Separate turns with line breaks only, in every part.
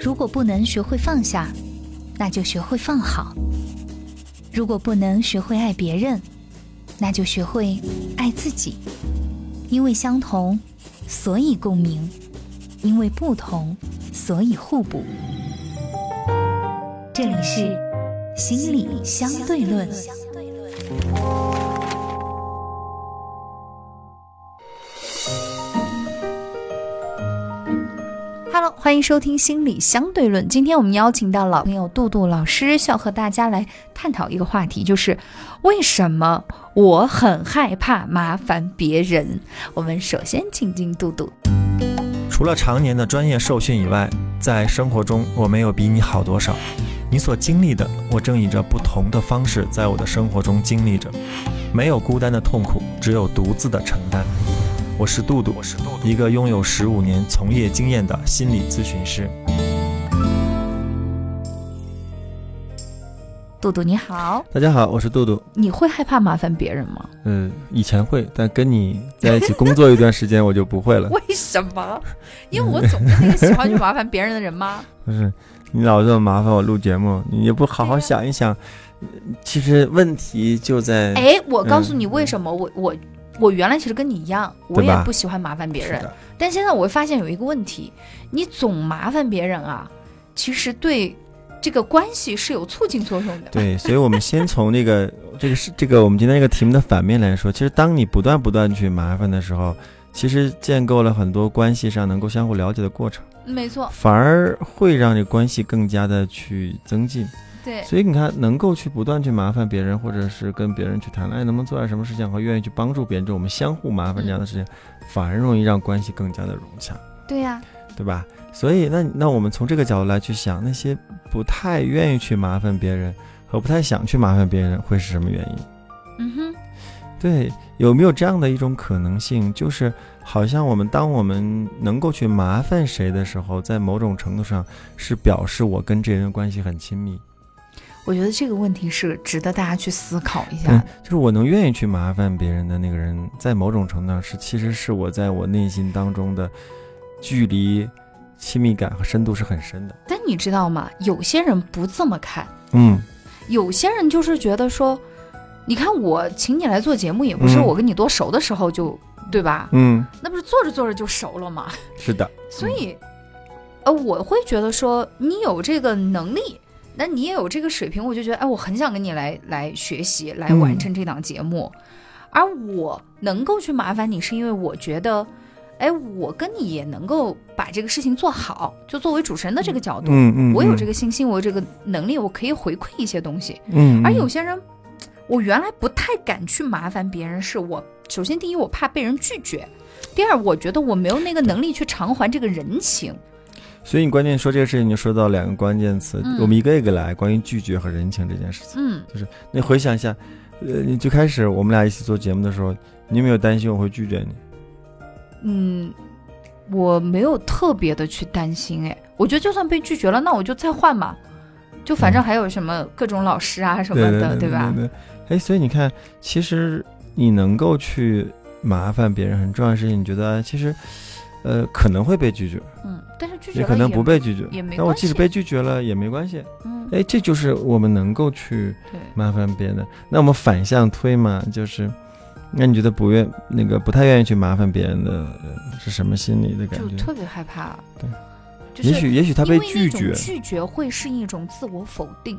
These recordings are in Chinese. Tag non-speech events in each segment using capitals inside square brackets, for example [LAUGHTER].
如果不能学会放下，那就学会放好；如果不能学会爱别人，那就学会爱自己。因为相同，所以共鸣；因为不同，所以互补。这里是心理相对论。
Hello，欢迎收听心理相对论。今天我们邀请到老朋友杜杜老师，要和大家来探讨一个话题，就是为什么我很害怕麻烦别人。我们首先请进杜杜。
除了常年的专业受训以外，在生活中我没有比你好多少。你所经历的，我正以着不同的方式在我的生活中经历着。没有孤单的痛苦，只有独自的承担。我是杜杜，我是一个拥有十五年从业经验的心理咨询师。
杜杜你好，
大家好，我是杜杜。
你会害怕麻烦别人吗？
嗯，以前会，但跟你在一起工作一段时间，我就不
[LAUGHS]
会了。
为什么？因为我总是那个喜欢去麻烦别人的人吗？
不是，你老这么麻烦我录节目，你也不好好想一想，其实问题就在……嗯
哎，我告诉你为什么，我我我原来其实跟你一样，我
对
也
吧
不喜欢麻烦别
是
人。
的
但现在我会发现有一个问题，你总麻烦别人啊，其实对这个关系是有促进作用的。
对，所以我们先从这
[LAUGHS]
个这个是这个我们今天这个题目的反面来说，其实当你不断不断去麻烦的时候，其实建构了很多关系上能够相互了解的过程，
没错，
反而会让这关系更加的去增进。
对，
所以你看，能够去不断去麻烦别人，或者是跟别人去谈，哎，能不能做点什么事情，和愿意去帮助别人，这种我们相互麻烦这样的事情，
嗯
反而容易让关系更加的融洽。
对呀、
对吧？所以，那那我们从这个角度来去想，那些不太愿意去麻烦别人和不太想去麻烦别人，会是什么原因？
嗯哼，
对，有没有这样的一种可能性，就是好像我们当我们能够去麻烦谁的时候，在某种程度上是表示我跟这人关系很亲密，
我觉得这个问题是值得大家去思考一下
嗯
的。，
就是我能愿意去麻烦别人的那个人，在某种程度上是其实是我在我内心当中的距离、亲密感和深度是很深的。
但你知道吗？有些人不这么看，
嗯，
有些人就是觉得说，你看我请你来做节目，也不是
嗯
我跟你多熟的时候就，对吧？
嗯，
那不是做着做着就熟了吗？
是的。
所以，
嗯
呃，我会觉得说你有这个能力，那你也有这个水平，我就觉得哎，我很想跟你来来学习，来完
嗯
成这档节目。而我能够去麻烦你，是因为我觉得，哎，我跟你也能够把这个事情做好，就作为主持人的这个角度，
嗯嗯，
我有这
个，
个信心，我有这个能力，我可以回馈一些东西。
嗯，
而有些人，我原来不太敢去麻烦别人，是我首先第一我怕被人拒绝，第二我觉得我没有那个能力去偿还这个人情。
所以你关键说这个事情，你就说到两个关键词，
嗯
我们一个一个来，关于拒绝和人情这件事情。
嗯，
那回想一下，呃，你最开始我们俩一起做节目的时候，你有没有担心我会拒绝你？
嗯，我没有特别的去担心，哎，我觉得就算被拒绝了，那我就再换嘛，就反正还有什么各种老师啊什么的，
嗯对
吧？
对对。哎，所以你看，其实你能够去麻烦别人很重要的事情，你觉得啊其实，呃，可能会被拒绝，
嗯，但是拒绝
也
了
可能不被拒绝，
也没
但我
关
即使
系
被拒绝了也没关系。
嗯，
哎，这就是我们能够去
对，
麻烦别人的。那我们反向推嘛，就是，那你觉得不愿那个不太愿意去麻烦别人的呃是什么心理的感
就
觉？
特别害怕。
对，
就是
也许也许他
因为
被
那
拒
种
绝，
拒绝会是一种自我否定。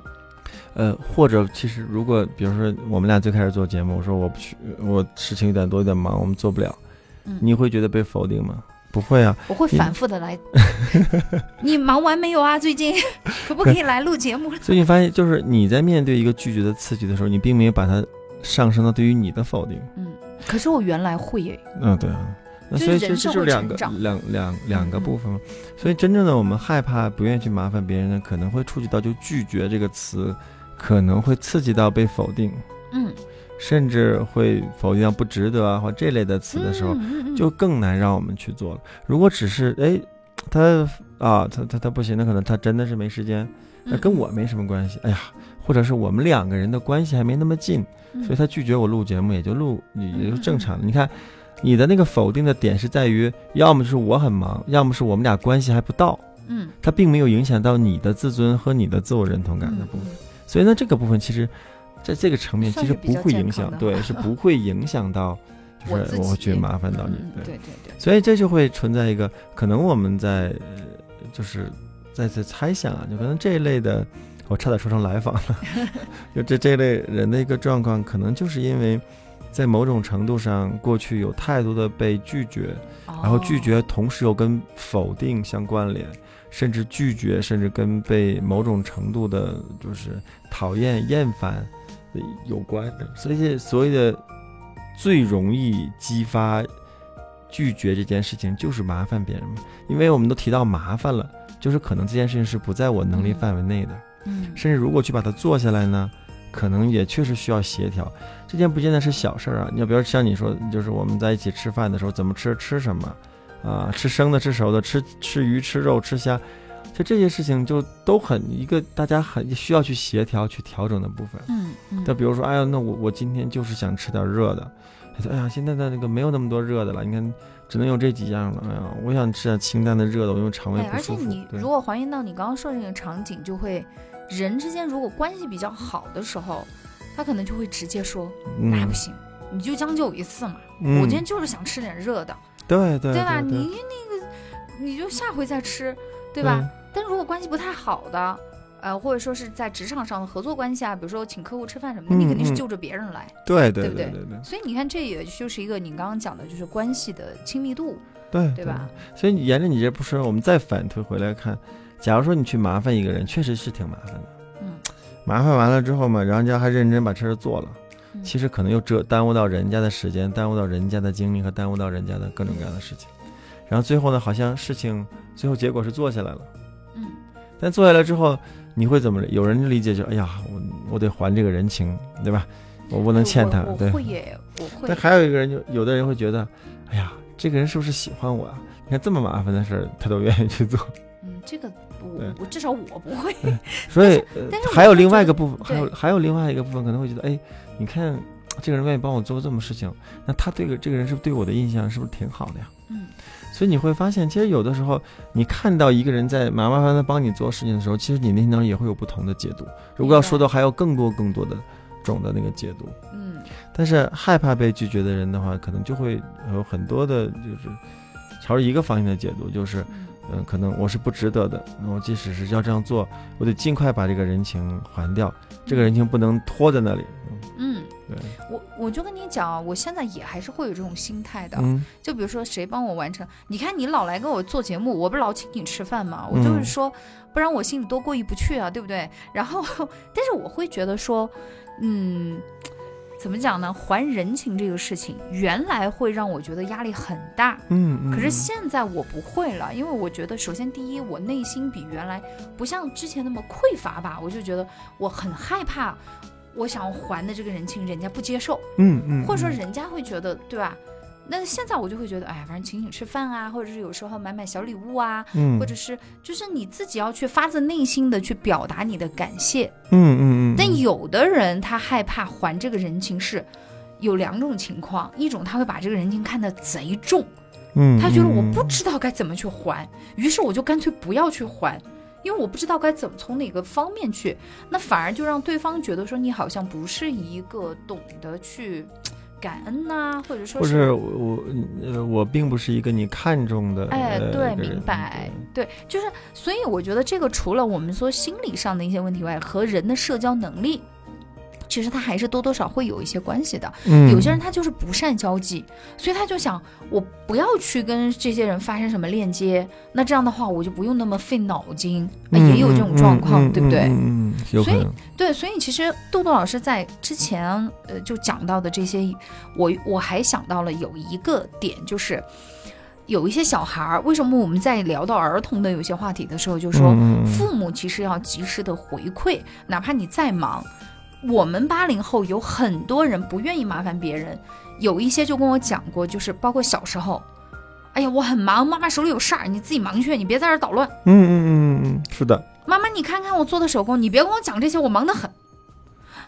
呃，或者其实如果比如说我们俩最开始做节目，我说我不去，我事情有点多，有点忙，我们做不了，
嗯，
你会觉得被否定吗？不会啊，
我会
你
反复的 [LAUGHS] 来。你忙完没有啊？最近 [LAUGHS] 可不可以来录节目了？
所以你发现就是你在面对一个拒绝的刺激的时候，你并没有把它上升到对于你的否定。
可是我原来会耶，
嗯，对啊。那
就是
所以
人
这
是
这就
会
是两
成
个
长
两两两个
嗯嗯
部分嘛。所以真正的我们害怕、不愿意去麻烦别人呢，可能会触及到就拒绝这个词，可能会刺激到被否定，
嗯，
甚至会否定到不值得啊或这类的词的时候，
嗯，嗯嗯
就更难让我们去做了。如果只是哎，他啊，他他他不行，那可能他真的是没时间，那
嗯
呃跟我没什么关系。哎呀，或者是我们两个人的关系还没那么近，
嗯
所以他拒绝我录节目也就录也也就正常了。你看，你的那个否定的点是在于，要么就是我很忙，要么是我们俩关系还不到。
嗯，
它并没有影响到你的自尊和你的自我认同
嗯
感的部分。所以呢，这个部分其实在这个层面其
算
实
是
不会影响
比较健康，的
对，是不会影响到，
我
就是
自己
我觉得麻烦到你，
嗯嗯对对对，
所以这就会存在一个可能，我们在呃就是在在猜想啊，就可能这一类的，我差点说成来访了， [LAUGHS] 就这这一类人的一个状况，可能就是因为在某种程度上，过去有太多的被拒绝，然后拒
哦，
绝同时又跟否定相关联，甚至拒绝，甚至跟被某种程度的就是讨厌、厌烦呃有关的，所以这所谓的最容易激发拒绝这件事情就是麻烦别人嘛，因为我们都提到麻烦了，就是可能这件事情是不在我能力范围内的，
嗯，
甚至如果去把它做下来呢，可能也确实需要协调。这件不见得是小事儿啊，你要比如像你说，就是我们在一起吃饭的时候，怎么吃，吃什么，啊，吃生的，吃熟的，吃吃鱼，吃肉，吃虾，就这些事情就都很一个大家很需要去协调、去调整的部分。
嗯嗯，
那比如说，哎呀，那我我今天就是想吃点热的，他说，哎呀，现在的那个没有那么多热的了，你看只能有这几样了，哎呀，我想吃点清淡的热的，我因为肠胃
哎，
不
而且
舒服。
你
对
如果还原到你刚刚说的那个场景，就会人之间如果关系比较好的时候，他可能就会直接说，那
嗯
不，行，你就将就一次嘛，
嗯
我今天就是想吃点热的，
对对
吧？
对
你那个你就下回再吃，对吧？？但如果关系不太好的，呃，或者说是在职场上的合作关系啊，比如说请客户吃饭什么的，你
嗯
肯定是
嗯
就着别人来。
对对
对不对
对对
所以你看，这也就是一个你刚刚讲的，就是关系的亲密度，
对
对吧？？
所以你沿着你这不说，我们再反推回来看，假如说你去麻烦一个人，确实是挺麻烦的。
嗯，
麻烦完了之后嘛，然后人家还认真把事儿做了，
嗯
其实可能又折耽误到人家的时间，耽误到人家的精力和耽误到人家的各种各样的事情。然后最后呢，好像事情最后结果是做下来了，
嗯，
但做下来之后，你会怎么？有人理解就哎呀，我我得还这个人情，对吧？我不
不
能欠他，
我
对。
会耶，我会
但。还有一个人就，有的人会觉得，哎呀，这个人是不是喜欢我啊？你看这么麻烦的事儿，他都愿意去做。 [LAUGHS]
嗯，这个我
对
我至少我不会。
所以，呃
但是我
还有
会
另
觉
外一
得
个部分，还有还有另外一个部分可能会觉得，哎，你看这个人愿意帮我做这么事情，那他对个这个人是不是对我的印象是不是挺好的呀？
嗯，
所以你会发现，其实有的时候你看到一个人在麻麻烦烦帮你做事情的时候，其实你内心当中也会有不同的解读。如果要说
明白
到还有更多更多的种的那个解读，
嗯，
但是害怕被拒绝的人的话，可能就会有很多的，就是朝着一个方向的解读，就是，
嗯
嗯、可能我是不值得的，那我即使是要这样做，我得尽快把这个人情呃还掉，这个人情不能拖在那里。
嗯，
对，
我我就跟你讲啊，我现在也还是会有这种心态的。
嗯
就比如说谁帮我完成，你看你老来跟我做节目，我不是老请你吃饭吗？我就是
嗯
说，不然我心里多过意不去啊，对不对？然后， [LAUGHS] 但是我会觉得说，嗯，怎么讲呢？还人情这个事情，原来会让我觉得压力很大。
嗯嗯。
可是现在我不会了，因为我觉得，首先第一，我内心比原来不像之前那么匮乏吧，我就觉得我很害怕，我想还的这个人情人家不接受，
嗯嗯，
或者说
嗯
人家会觉得，对吧？那现在我就会觉得，哎呀，反正请请吃饭啊，或者是有时候买买小礼物啊，
嗯，
或者是就是你自己要去发自内心的去表达你的感谢。
嗯嗯嗯，
但
嗯
有的人他害怕还这个人情是。有两种情况，一种他会把这个人情看得贼重，
嗯，
他觉得我
嗯
不知道该怎么去还，于是我就干脆不要去还，因为我不知道该怎么从哪个方面去，那反而就让对方觉得说你好像不是一个懂得去感恩呐、或者说
或
是
者我我呃我并不是一个你看中的，
哎，
呃
对，
一个人
明白，对，就是，所以我觉得这个除了我们说心理上的一些问题外，和人的社交能力，其实它还是多多少会有一些关系的。
对嗯，
有些人他就是不善交际，所以他就想我不要去跟这些人发生什么链接，那这样的话我就不用那么费脑筋，啊，
嗯
也有这种状况，
嗯
对不对？
嗯，嗯嗯嗯有可
所以
能，
对，所以其实豆豆老师在之前呃就讲到的这些，我我还想到了有一个点，就是有一些小孩儿，为什么我们在聊到儿童的有些话题的时候，就说、
嗯嗯嗯
父母其实要及时的回馈，哪怕你再忙。我们八零后有很多人不愿意麻烦别人，有一些就跟我讲过，就是包括小时候，哎呀，我很忙，妈妈手里有事儿，你自己忙去，你别在这儿捣乱。
嗯嗯嗯嗯，是的，
妈妈，你看看我做的手工，你别跟我讲这些，我忙得很。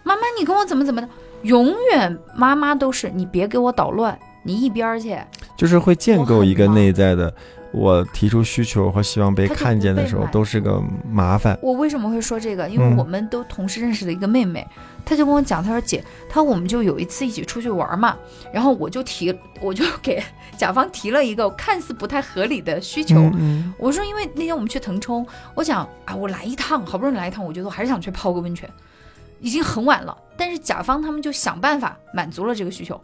妈妈，你跟我怎么怎么的，永远妈妈都是你别给我捣乱，你一边儿去。
就是会建构一个内在的，我提出需求和希望被
他就
看见的
不被
时候，
买
都是个麻烦。
我为什么会说这个？因为
嗯
我们都同时认识的一个妹妹，她就跟我讲，她说姐，她说我们就有一次一起出去玩嘛，然后我就提，我就给 [LAUGHS] 甲方提了一个看似不太合理的需求。
嗯
我说，因为那天我们去腾冲，我想啊，我来一趟，好不容易来一趟，我觉得我还是想去泡个温泉，已经很晚了。但是甲方他们就想办法满足了这个需求，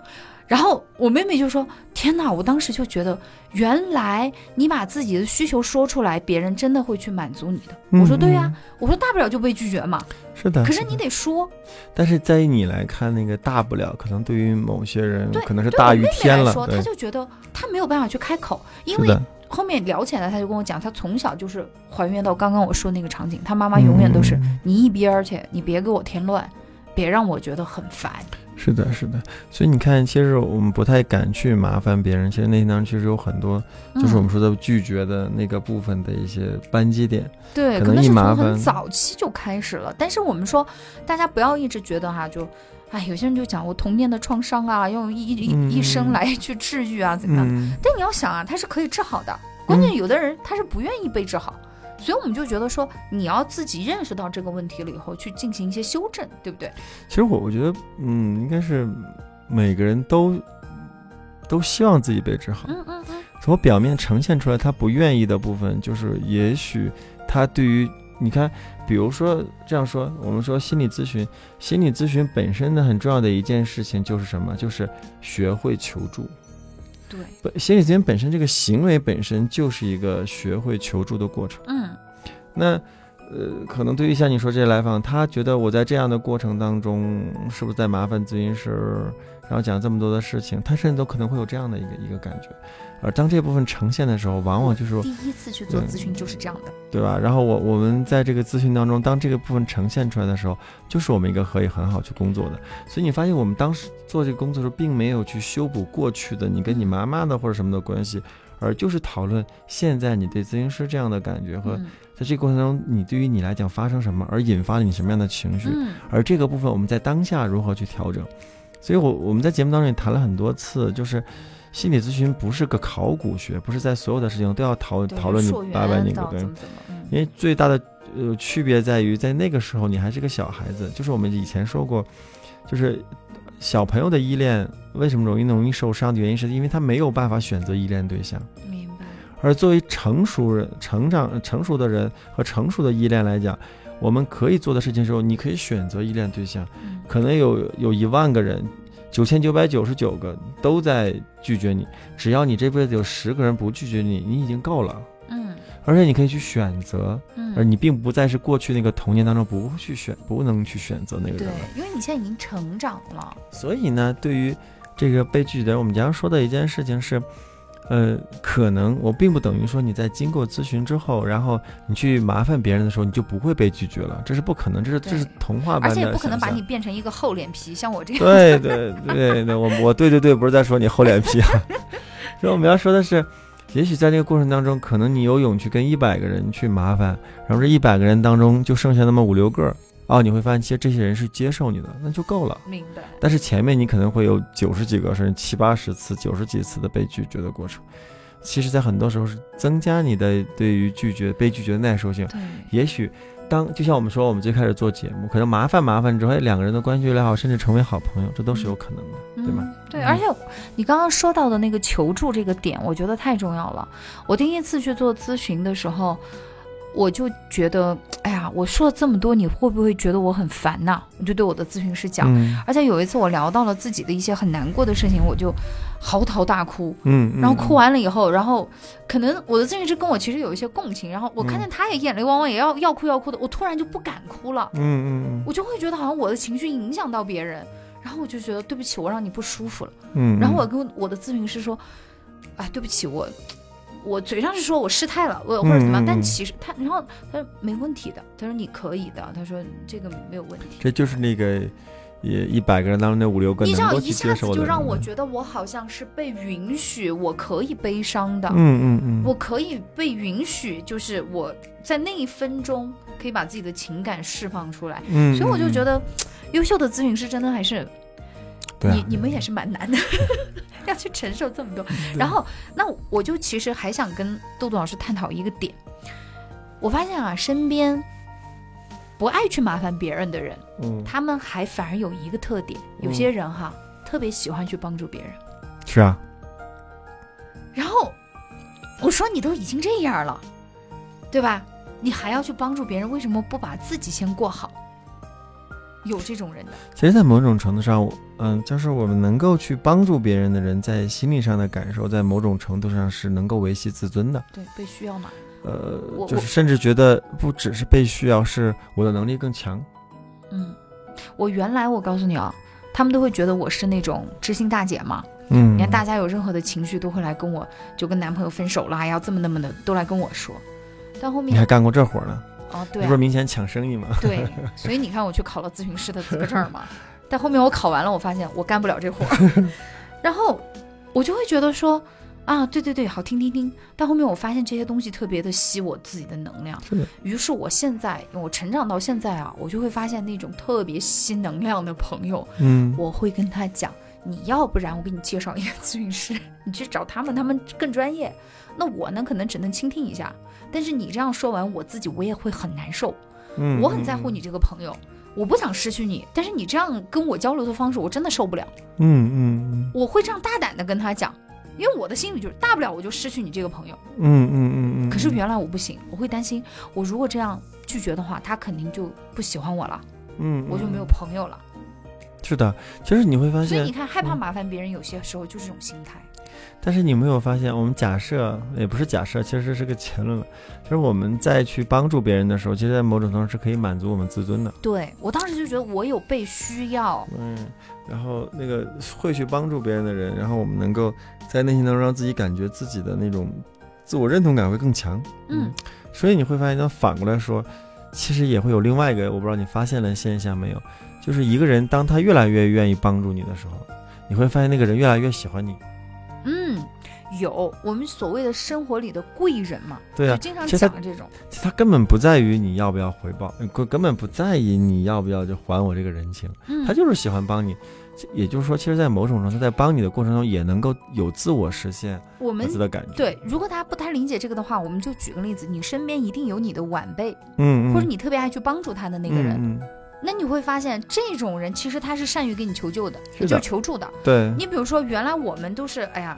然后我妹妹就说：“天哪！”我当时就觉得，原来你把自己的需求说出来，别人真的会去满足你的。
嗯
我说：“对呀、
嗯
我说：“大不了就被拒绝嘛。
是的。
可是你得说，
但是在你来看，那个大不了，可能对于某些人
对，
可能是
对
大
我
于
妹妹
天
来
了，
说，
对
她，就觉得她没有办法去开口，因
是
为
的，
后面聊起来，她就跟我讲，她从小就是还原到刚刚我说那个场景，她妈妈永远都是。
嗯
你一边儿去，你别给我添乱，别让我觉得很烦。
是的，是的。所以你看，其实我们不太敢去麻烦别人。其实内心当中其实有很多，
嗯
就是我们说的拒绝的那个部分的一些扳机点。
嗯、对，
可
可
能
能
一
是
麻
从
烦
很早期就开始了。但是我们说，大家不要一直觉得哈、就，哎，有些人就讲我童年的创伤啊，要用一一、
嗯
一生来去治愈啊，怎么样？
嗯，
但你要想啊，它是可以治好的。关键有的人他是不愿意被治好，所以我们就觉得说，你要自己认识到这个问题了以后，去进行一些修正，对不对？
其实我我觉得，嗯，应该是每个人都都希望自己被治好。
嗯嗯嗯，
从表面呈现出来他不愿意的部分，就是也许他对于你看，比如说这样说，我们说心理咨询，心理咨询本身的很重要的一件事情就是什么？就是学会求助。
对，
本心理咨询本身这个行为本身就是一个学会求助的过程。
嗯
那呃，可能对于像你说这些来访，他觉得我在这样的过程当中，是不是在麻烦咨询师，然后讲这么多的事情，他甚至都可能会有这样的一个一个感觉。而当这部分呈现的时候，往往就是
第一次去做
嗯
咨询就是这样的。
对吧？然后我我们在这个咨询当中，当这个部分呈现出来的时候，就是我们一个可以很好去工作的。所以你发现我们当时做这个工作的时候，并没有去修补过去的你跟你妈妈的或者什么的关系，而就是讨论现在你对咨询师这样的感觉和
嗯
在这个过程中，你对于你来讲发生什么，而引发了你什么样的情绪，
嗯
而这个部分我们在当下如何去调整。所以我，我们在节目当中也谈了很多次，就是心理咨询不是个考古学，不是在所有的事情都要讨
对
讨论你
溯源啊
八百那个
到
对
怎，么怎么，嗯
因为最大的呃区别在于，在那个时候你还是个小孩子，就是我们以前说过，就是小朋友的依恋为什么容易容易受伤的原因，是因为他没有办法选择依恋对象。
明白，
而作为成熟人、成长、成熟的人和成熟的依恋来讲，我们可以做的事情的时候，你可以选择依恋对象，
嗯，
可能有有一万个人，九千九百九十九个都在拒绝你，只要你这辈子有十个人不拒绝你，你已经够了。
嗯
而且你可以去选择，而
嗯，
你并不再是过去那个童年当中不会去选、不能去选择那个
对
人了。，
因为你现在已经成长了，
所以呢，对于这个被拒绝的人，我们经常说的一件事情是，呃，可能我并不等于说你在经过咨询之后，然后你去麻烦别人的时候，你就不会被拒绝了，这是不可能，这是这是
对
童话般
而
的
且
想
也
象。
不可能把你变成一个厚脸皮，像我这样，
[LAUGHS] 对对对对，我我对对对，不是在说你厚脸皮啊，所以我们要说的是，也许在这个过程当中，可能你有勇气跟一百个人去麻烦，然后这一百个人当中就剩下那么五六个，哦，你会发现其实这些人是接受你的，那就够了。
明白，
但是前面你可能会有九十几个甚至七八十次、九十几次的被拒绝的过程，其实，在很多时候是增加你的对于拒绝、被拒绝的耐受性。
对，
也许当就像我们说，我们最开始做节目，可能麻烦麻烦之后，哎两个人的关系越来越好，甚至成为好朋友，这都是有可能的。对吧
嗯、对，
嗯
而且你刚刚说到的那个求助这个点，我觉得太重要了。我第一次去做咨询的时候，我就觉得，哎呀，我说了这么多，你会不会觉得我很烦呐、我就对我的咨询师讲。
嗯
而且有一次我聊到了自己的一些很难过的事情，我就嚎啕大哭。
嗯，嗯
然后哭完了以后，然后可能我的咨询师跟我其实有一些共情，然后我看
嗯
见他也眼泪汪汪，也要要哭要哭的，我突然就不敢哭了，
嗯嗯
我就会觉得好像我的情绪影响到别人，然后我就觉得对不起，我让你不舒服了。
嗯嗯，
然后我跟我的咨询师说，哎，对不起，我我嘴上是说我失态了，我或者怎么样，
嗯嗯嗯
但其实他，然后他说没问题的，他说你可以的，他说这个没有问题。
这就是那个也一百个人当中那五六个
你知
能
道，
够
一
去
下
接
子
受嗯的
就
人，
让我觉得我好像是被允许，我可以悲伤的。
嗯嗯嗯，
我可以被允许，就是我在那一分钟可以把自己的情感释放出来，
嗯，
所以我就觉
得
得，优秀的咨询师真的还是
对啊
你你们也是蛮难的， [LAUGHS] 要去承受这么多。
嗯
然后，那我就其实还想跟豆豆老师探讨一个点，我发现啊，身边不爱去麻烦别人的人，
嗯，
他们还反而有一个特点，有些人哈、
嗯
特别喜欢去帮助别人。
是啊，
然后我说你都已经这样了，对吧？你还要去帮助别人，为什么不把自己先过好？有这种人的，
其实，在某种程度上，我嗯，就是我们能够去帮助别人的人，在心理上的感受，在某种程度上是能够维系自尊的。
对，被需要嘛。
呃
我，
就
我
是甚至觉得不只是被需要，是我的能力更强。
嗯，我原来我告诉你啊，他们都会觉得我是那种知心大姐嘛。
嗯，
你看大家有任何的情绪都会来跟我，就跟男朋友分手啦，要这么那么的都来跟我说。但后
你还
面
干过这活儿呢？
哦，
你
对、
不是
啊、
明显抢生
[LAUGHS]
意吗？
对，所以你看我去考了咨询师的资格证嘛。但后面我考完了，我发现我干不了这活儿， [LAUGHS] 然后我就会觉得说啊，对对对，好听听听。但后面我发现这些东西特别的吸我自己的能量，
是的，
于是我现在我成长到现在啊，我就会发现那种特别吸能量的朋友，
嗯，
我会跟他讲，你要不然我给你介绍一个咨询师，你去找他们，他们更专业。那我呢，可能只能倾听一下。但是你这样说完，我自己我也会很难受。
嗯，
我很在乎你这个朋友，我不想失去你，但是你这样跟我交流的方式，我真的受不了。
嗯。嗯嗯
我会这样大胆的跟他讲，因为我的心里就是大不了我就失去你这个朋友。
嗯嗯嗯嗯嗯。
可是原来我不行，我会担心，我如果这样拒绝的话，他肯定就不喜欢我了，
嗯，
我就没有
嗯。
朋友了。
是的，其实你会发
所以
现
你，看，害怕
嗯
麻烦别人，有些时候就是这种心态。
但是你有没有发现，我们假设也不是假设，其实是个结论了。就是我们在去帮助别人的时候，其实，在某种程度上是可以满足我们自尊的。
对我当时就觉得我有被需要，
嗯，然后那个会去帮助别人的人，然后我们能够在内心当中让自己感觉自己的那种自我认同感会更强。
嗯，
所以你会发现，当反过来说，其实也会有另外一个，我不知道你发现了现象没有，就是一个人当他越来越愿意帮助你的时候，你会发现那个人越来越喜欢你。
嗯，有我们所谓的生活里的贵人嘛，
对啊
就，经常
其实他
讲这种，
其实他根本不在于你要不要回报，呃根根本不在意你要不要就还我这个人情，
嗯，
他就是喜欢帮你。这也就是说，其实，在某种程度，他在帮你的过程中，也能够有自我实现
我
各
们
自的感觉。
对，如果大家不太理解这个的话，我们就举个例子，你身边一定有你的晚辈，
嗯，嗯
或者你特别爱去帮助他的那个人，
嗯嗯
那你会发现这种人其实他是善于给你求救的，
是
就
的嗯
是求助的。
对，
你比如说，原来我们都是哎呀。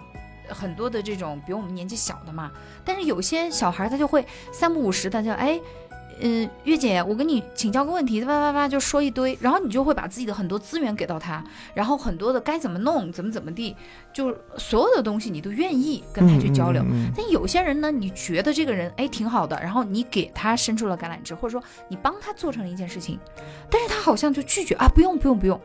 很多的这种比我们年纪小的嘛，但是有些小孩他就会三不五时的就哎，嗯，月姐，我跟你请教个问题，叭叭叭就说一堆，然后你就会把自己的很多资源给到他，然后很多的该怎么弄，怎么怎么地，就所有的东西你都愿意跟他去交流。
嗯嗯嗯
但有些人呢，你觉得这个人哎挺好的，然后你给他伸出了橄榄枝，或者说你帮他做成了一件事情，但是他好像就拒绝啊，不用不用不用，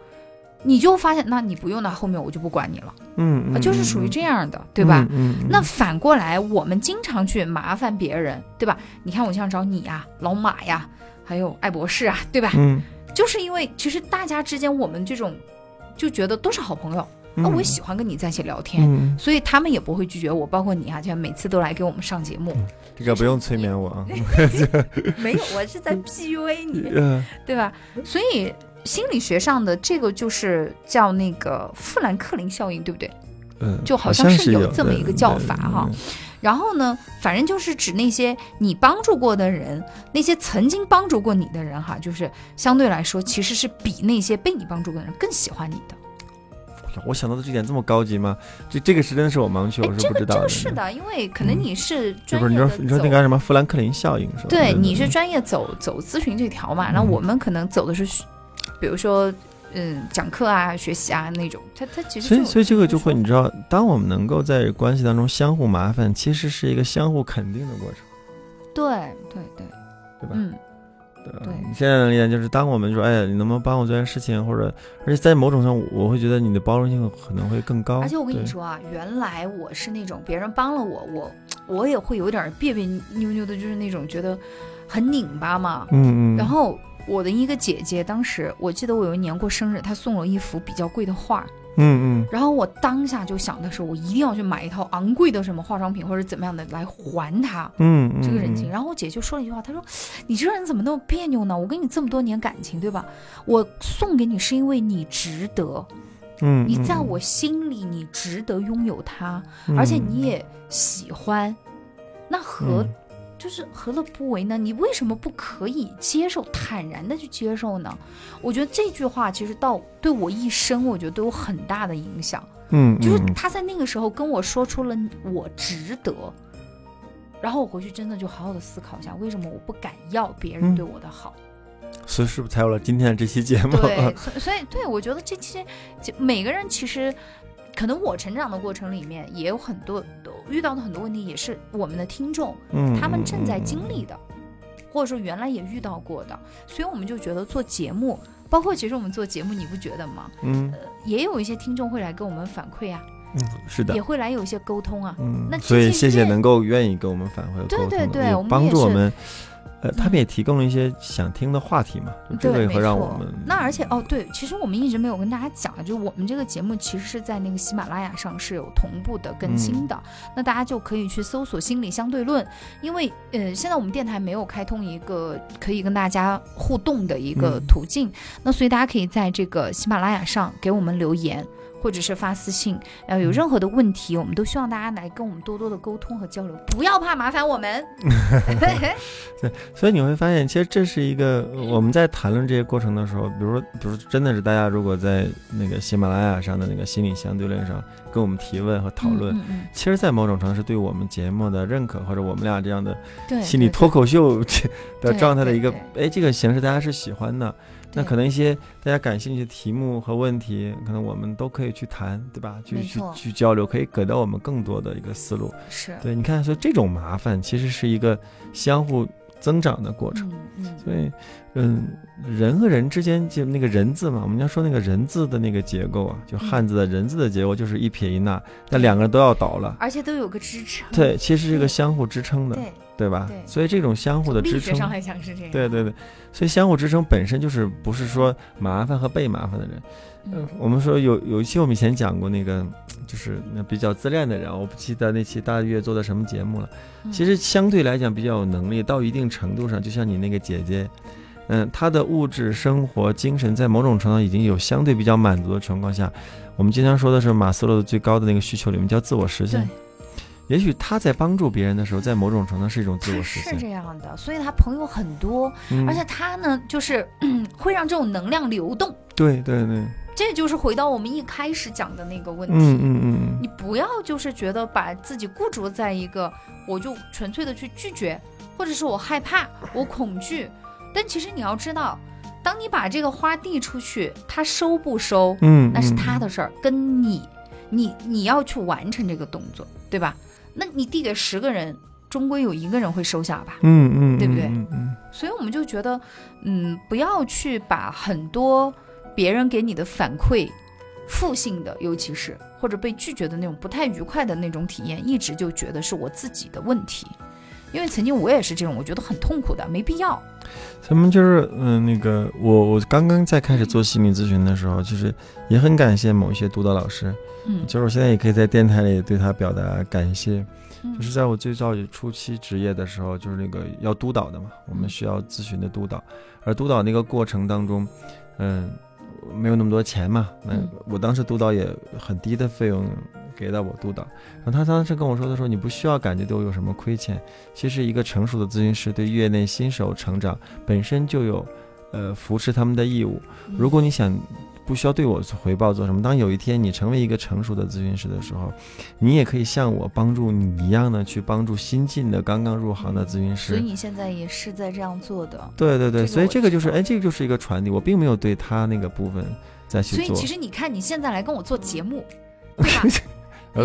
你就发现那你不用，那后面我就不管你了，
嗯
啊
嗯，
就是属于这样的，对吧？
嗯，嗯
那反过来，我们经常去麻烦别人，对吧？你看，我像找你呀、老马呀，还有艾博士啊，对吧？
嗯，
就是因为其实大家之间，我们这种就觉得都是好朋友，那、
那
我也喜欢跟你在一起聊天，
嗯，
所以他们也不会拒绝我，包括你啊，就每次都来给我们上
[LAUGHS]
节目，
这个不用催眠我啊。
没有，我是在 PUA 你，
嗯
对吧？所以心理学上的这个就是叫那个富兰克林效应，对不对？
嗯，
就好
好
像是
是
有
有
这么
的
一个叫
对
法
对
哈然后呢，反正就是指那些你帮助过的人，那些曾经帮助过你的人哈，就是相对来说其实是比那些被你帮助过的人更喜欢你的。
哎我想到的这点这么高级吗？这这个是真是我盲区，
哎
我是
这
不知
个这
道嗯
个是。的，因为可能你是
就
专
不是
业
你
的
说
走，
你说那个什么富兰克林效应是吧？
对，你是专业走走咨询这条嘛，那
嗯
我们可能走的是学，比如说嗯讲课啊、学习啊那种，它它其实
所以，
就
所以这个就会，
说
你知道，当我们能够在关系当中相互麻烦，其实是一个相互肯定的过程，
对对对，
对吧？
嗯对
对，你现在的力量就是，当我们说，哎呀，你能不能帮我做件事情，或者，而且在某种上，我会觉得你的包容性可能会更高。
而且我跟你
对，
说啊，原来我是那种别人帮了我，我我也会有点别别扭扭的，就是那种觉得很拧巴嘛。
嗯嗯，
然后我的一个姐姐，当时我记得我有一年过生日，她送了我一幅比较贵的画，
嗯嗯
然后我当下就想的是，我一定要去买一套昂贵的什么化妆品或者怎么样的来还她。
嗯嗯，
这个人情。
嗯，
然后我姐就说了一句话，她说：“你这个人怎么那么别扭呢？我跟你这么多年感情，对吧？我送给你是因为你值得，
嗯，
你
嗯
在我心里，你值得拥有它，
嗯
而且你也喜欢，那何、
嗯
就是何乐不为呢？你为什么不可以接受，坦然的去接受呢？我觉得这句话其实到对我一生，我觉得都有很大的影响。
嗯，
就是
嗯
他在那个时候跟我说出了我值得，然后我回去真的就好好的思考一下，为什么我不敢要别人
嗯
对我
[LAUGHS]
的好？
所以是不是才有了今天的这期节目？ [LAUGHS]
对，所以所以对我觉得这些，就每个人其实，可能我成长的过程里面也有很多遇到的很多问题，也是我们的听众
嗯，
他们正在
嗯
经历的，或者说原来也遇到过的，所以我们就觉得做节目，包括其实我们做节目，你不觉得吗？
嗯，
也有一些听众会来跟我们反馈啊，
嗯是的
也，会来有一些沟通啊，
嗯
那，
所以
这些
谢谢
愿
能够愿意跟我们反馈和
对
沟通的，
对对
也
我们
帮
也
助我
是
们。呃，他们
嗯
也提供了一些想听的话题嘛，就这
对，
个也
没
会让
错
我们
那而且哦，对，其实我们一直没有跟大家讲，就我们这个节目其实是在那个喜马拉雅上是有同步的更新的，
嗯
那大家就可以去搜索“心理相对论”，因为呃，现在我们电台没有开通一个可以跟大家互动的一个
嗯
途径，那所以大家可以在这个喜马拉雅上给我们留言。或者是发私信，呃，
嗯
有任何的问题，我们都希望大家来跟我们多多的沟通和交流，不要怕麻烦
[LAUGHS]
我们。 [LAUGHS]
所以你会发现，其实这是一个呃我们在谈论这些过程的时候，比如说，比如说真的是大家如果在那个喜马拉雅上的那个心理相对论上跟我们提问和讨论，
嗯嗯
其实，在某种程度是对我们节目的认可，或者我们俩这样的
嗯对，
心理
对
脱口秀这的
对
状态的
对
一个
对，
哎，这个形式大家是喜欢的。那
对
可能一些大家感兴趣的题目和问题，可能我们都可以去谈，对吧？去
没
去
错
去交流，可以给到我们更多的一个思路。
是
对，你看，所以这种麻烦其实是一个相互增长的过程。
嗯嗯，
所以，嗯，人和人之间就那个人字嘛，我们要说那个人字的那个结构啊，
嗯
就汉字的人字的结构就是一撇一捺，那两个人都要倒了。
而且都有个支撑。
对，其实是一个
对
相互支撑的，
嗯对，
对吧？
对
所以这种相互的
力
支
学上
撑，
来讲是这样。
对对对，所以相互支撑本身就是不是说麻烦和被麻烦的人。嗯
嗯，
我们说有有一期我们以前讲过那个，就是那比较自恋的人，我不记得那期大约做的什么节目了。
嗯
其实相对来讲比较有能力，到一定程度上，就像你那个姐姐，嗯，她的物质生活、精神在某种程度上已经有相对比较满足的情况下，我们经常说的是马斯洛的最高的那个需求里面叫自我实现
对。
也许她在帮助别人的时候，在某种程度上是一种自我
他
实
是
现，
这样的，所以他朋友很多，
嗯
而且他呢，就是 [CLEARS THROAT] 嗯会让这种能量流动。
对对对，
这就是回到我们一开始讲的那个问题。
嗯嗯嗯
你不要就是觉得把自己固着在一个，我就纯粹的去拒绝，或者是我害怕，我恐惧。但其实你要知道，当你把这个花递出去，它收不收，
嗯，
那是
嗯
他的事儿，跟你，你你要去完成这个动作，对吧？那你递给十个人，终归有一个人会收下吧。
嗯嗯，
对不对
嗯嗯
所以我们就觉得，嗯，不要去把很多别人给你的反馈，负性的，尤其是或者被拒绝的那种不太愉快的那种体验，一直就觉得是我自己的问题。因为曾经我也是这种，我觉得很痛苦的，没必要。
咱们就是，嗯、那个我我刚刚在开始做心理咨询的时候，就是也很感谢某一些督导老师，
嗯，
就是我现在也可以在电台里对他表达感谢。
嗯
就是在我最早初期职业的时候，就是那个要督导的嘛，我们
嗯
需要咨询的督导，而督导那个过程当中，嗯、没有那么多钱嘛，那
嗯
我当时督导也很低的费用给到我督导，然后他当时跟我说的时候，你不需要感觉对我有什么亏欠，其实一个成熟的咨询师对业内新手成长本身就有，呃，扶持他们的义务，如果你想不需要对我回报做什么，当有一天你成为一个成熟的咨询师的时候，你也可以像我帮助你一样的去帮助新进的刚刚入行的咨询
所
师。
以你现在也是在这样做的。
对对对，
这个
所以
我
这个就是
知道
哎，这个就是一个传递，我并没有对他那个部分再
所
去
以
做
其。实你看，你现在来跟我做节目，
[LAUGHS]
对吧？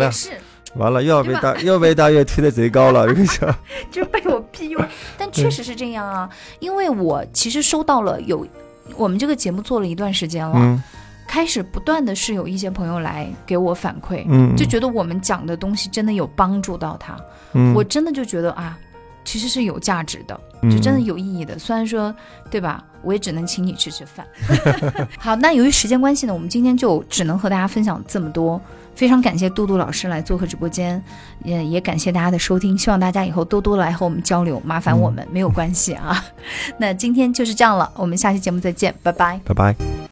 完了
也，是，
完了，又要被大又要被大月推的贼高了，我跟你
[LAUGHS]
讲。
就是被我 PU，但 [LAUGHS] 确实是这样啊，因为我其实收到了有，我们这个节目做了一段时间了，
嗯
开始不断的是有一些朋友来给我反馈，
嗯，
就觉得我们讲的东西真的有帮助到他，
嗯
我真的就觉得啊，其实是有价值的，就真的有意义的。虽然说，对吧？我也只能请你吃吃饭。 [LAUGHS] 好，那由于时间关系呢，我们今天就只能和大家分享这么多。非常感谢杜杜老师来做客直播间，也也感谢大家的收听，希望大家以后多多来和我们交流，麻烦 [LAUGHS] 我们、没有关系啊。那今天就是这样了，我们下期节目再见，拜拜。
嗯拜拜。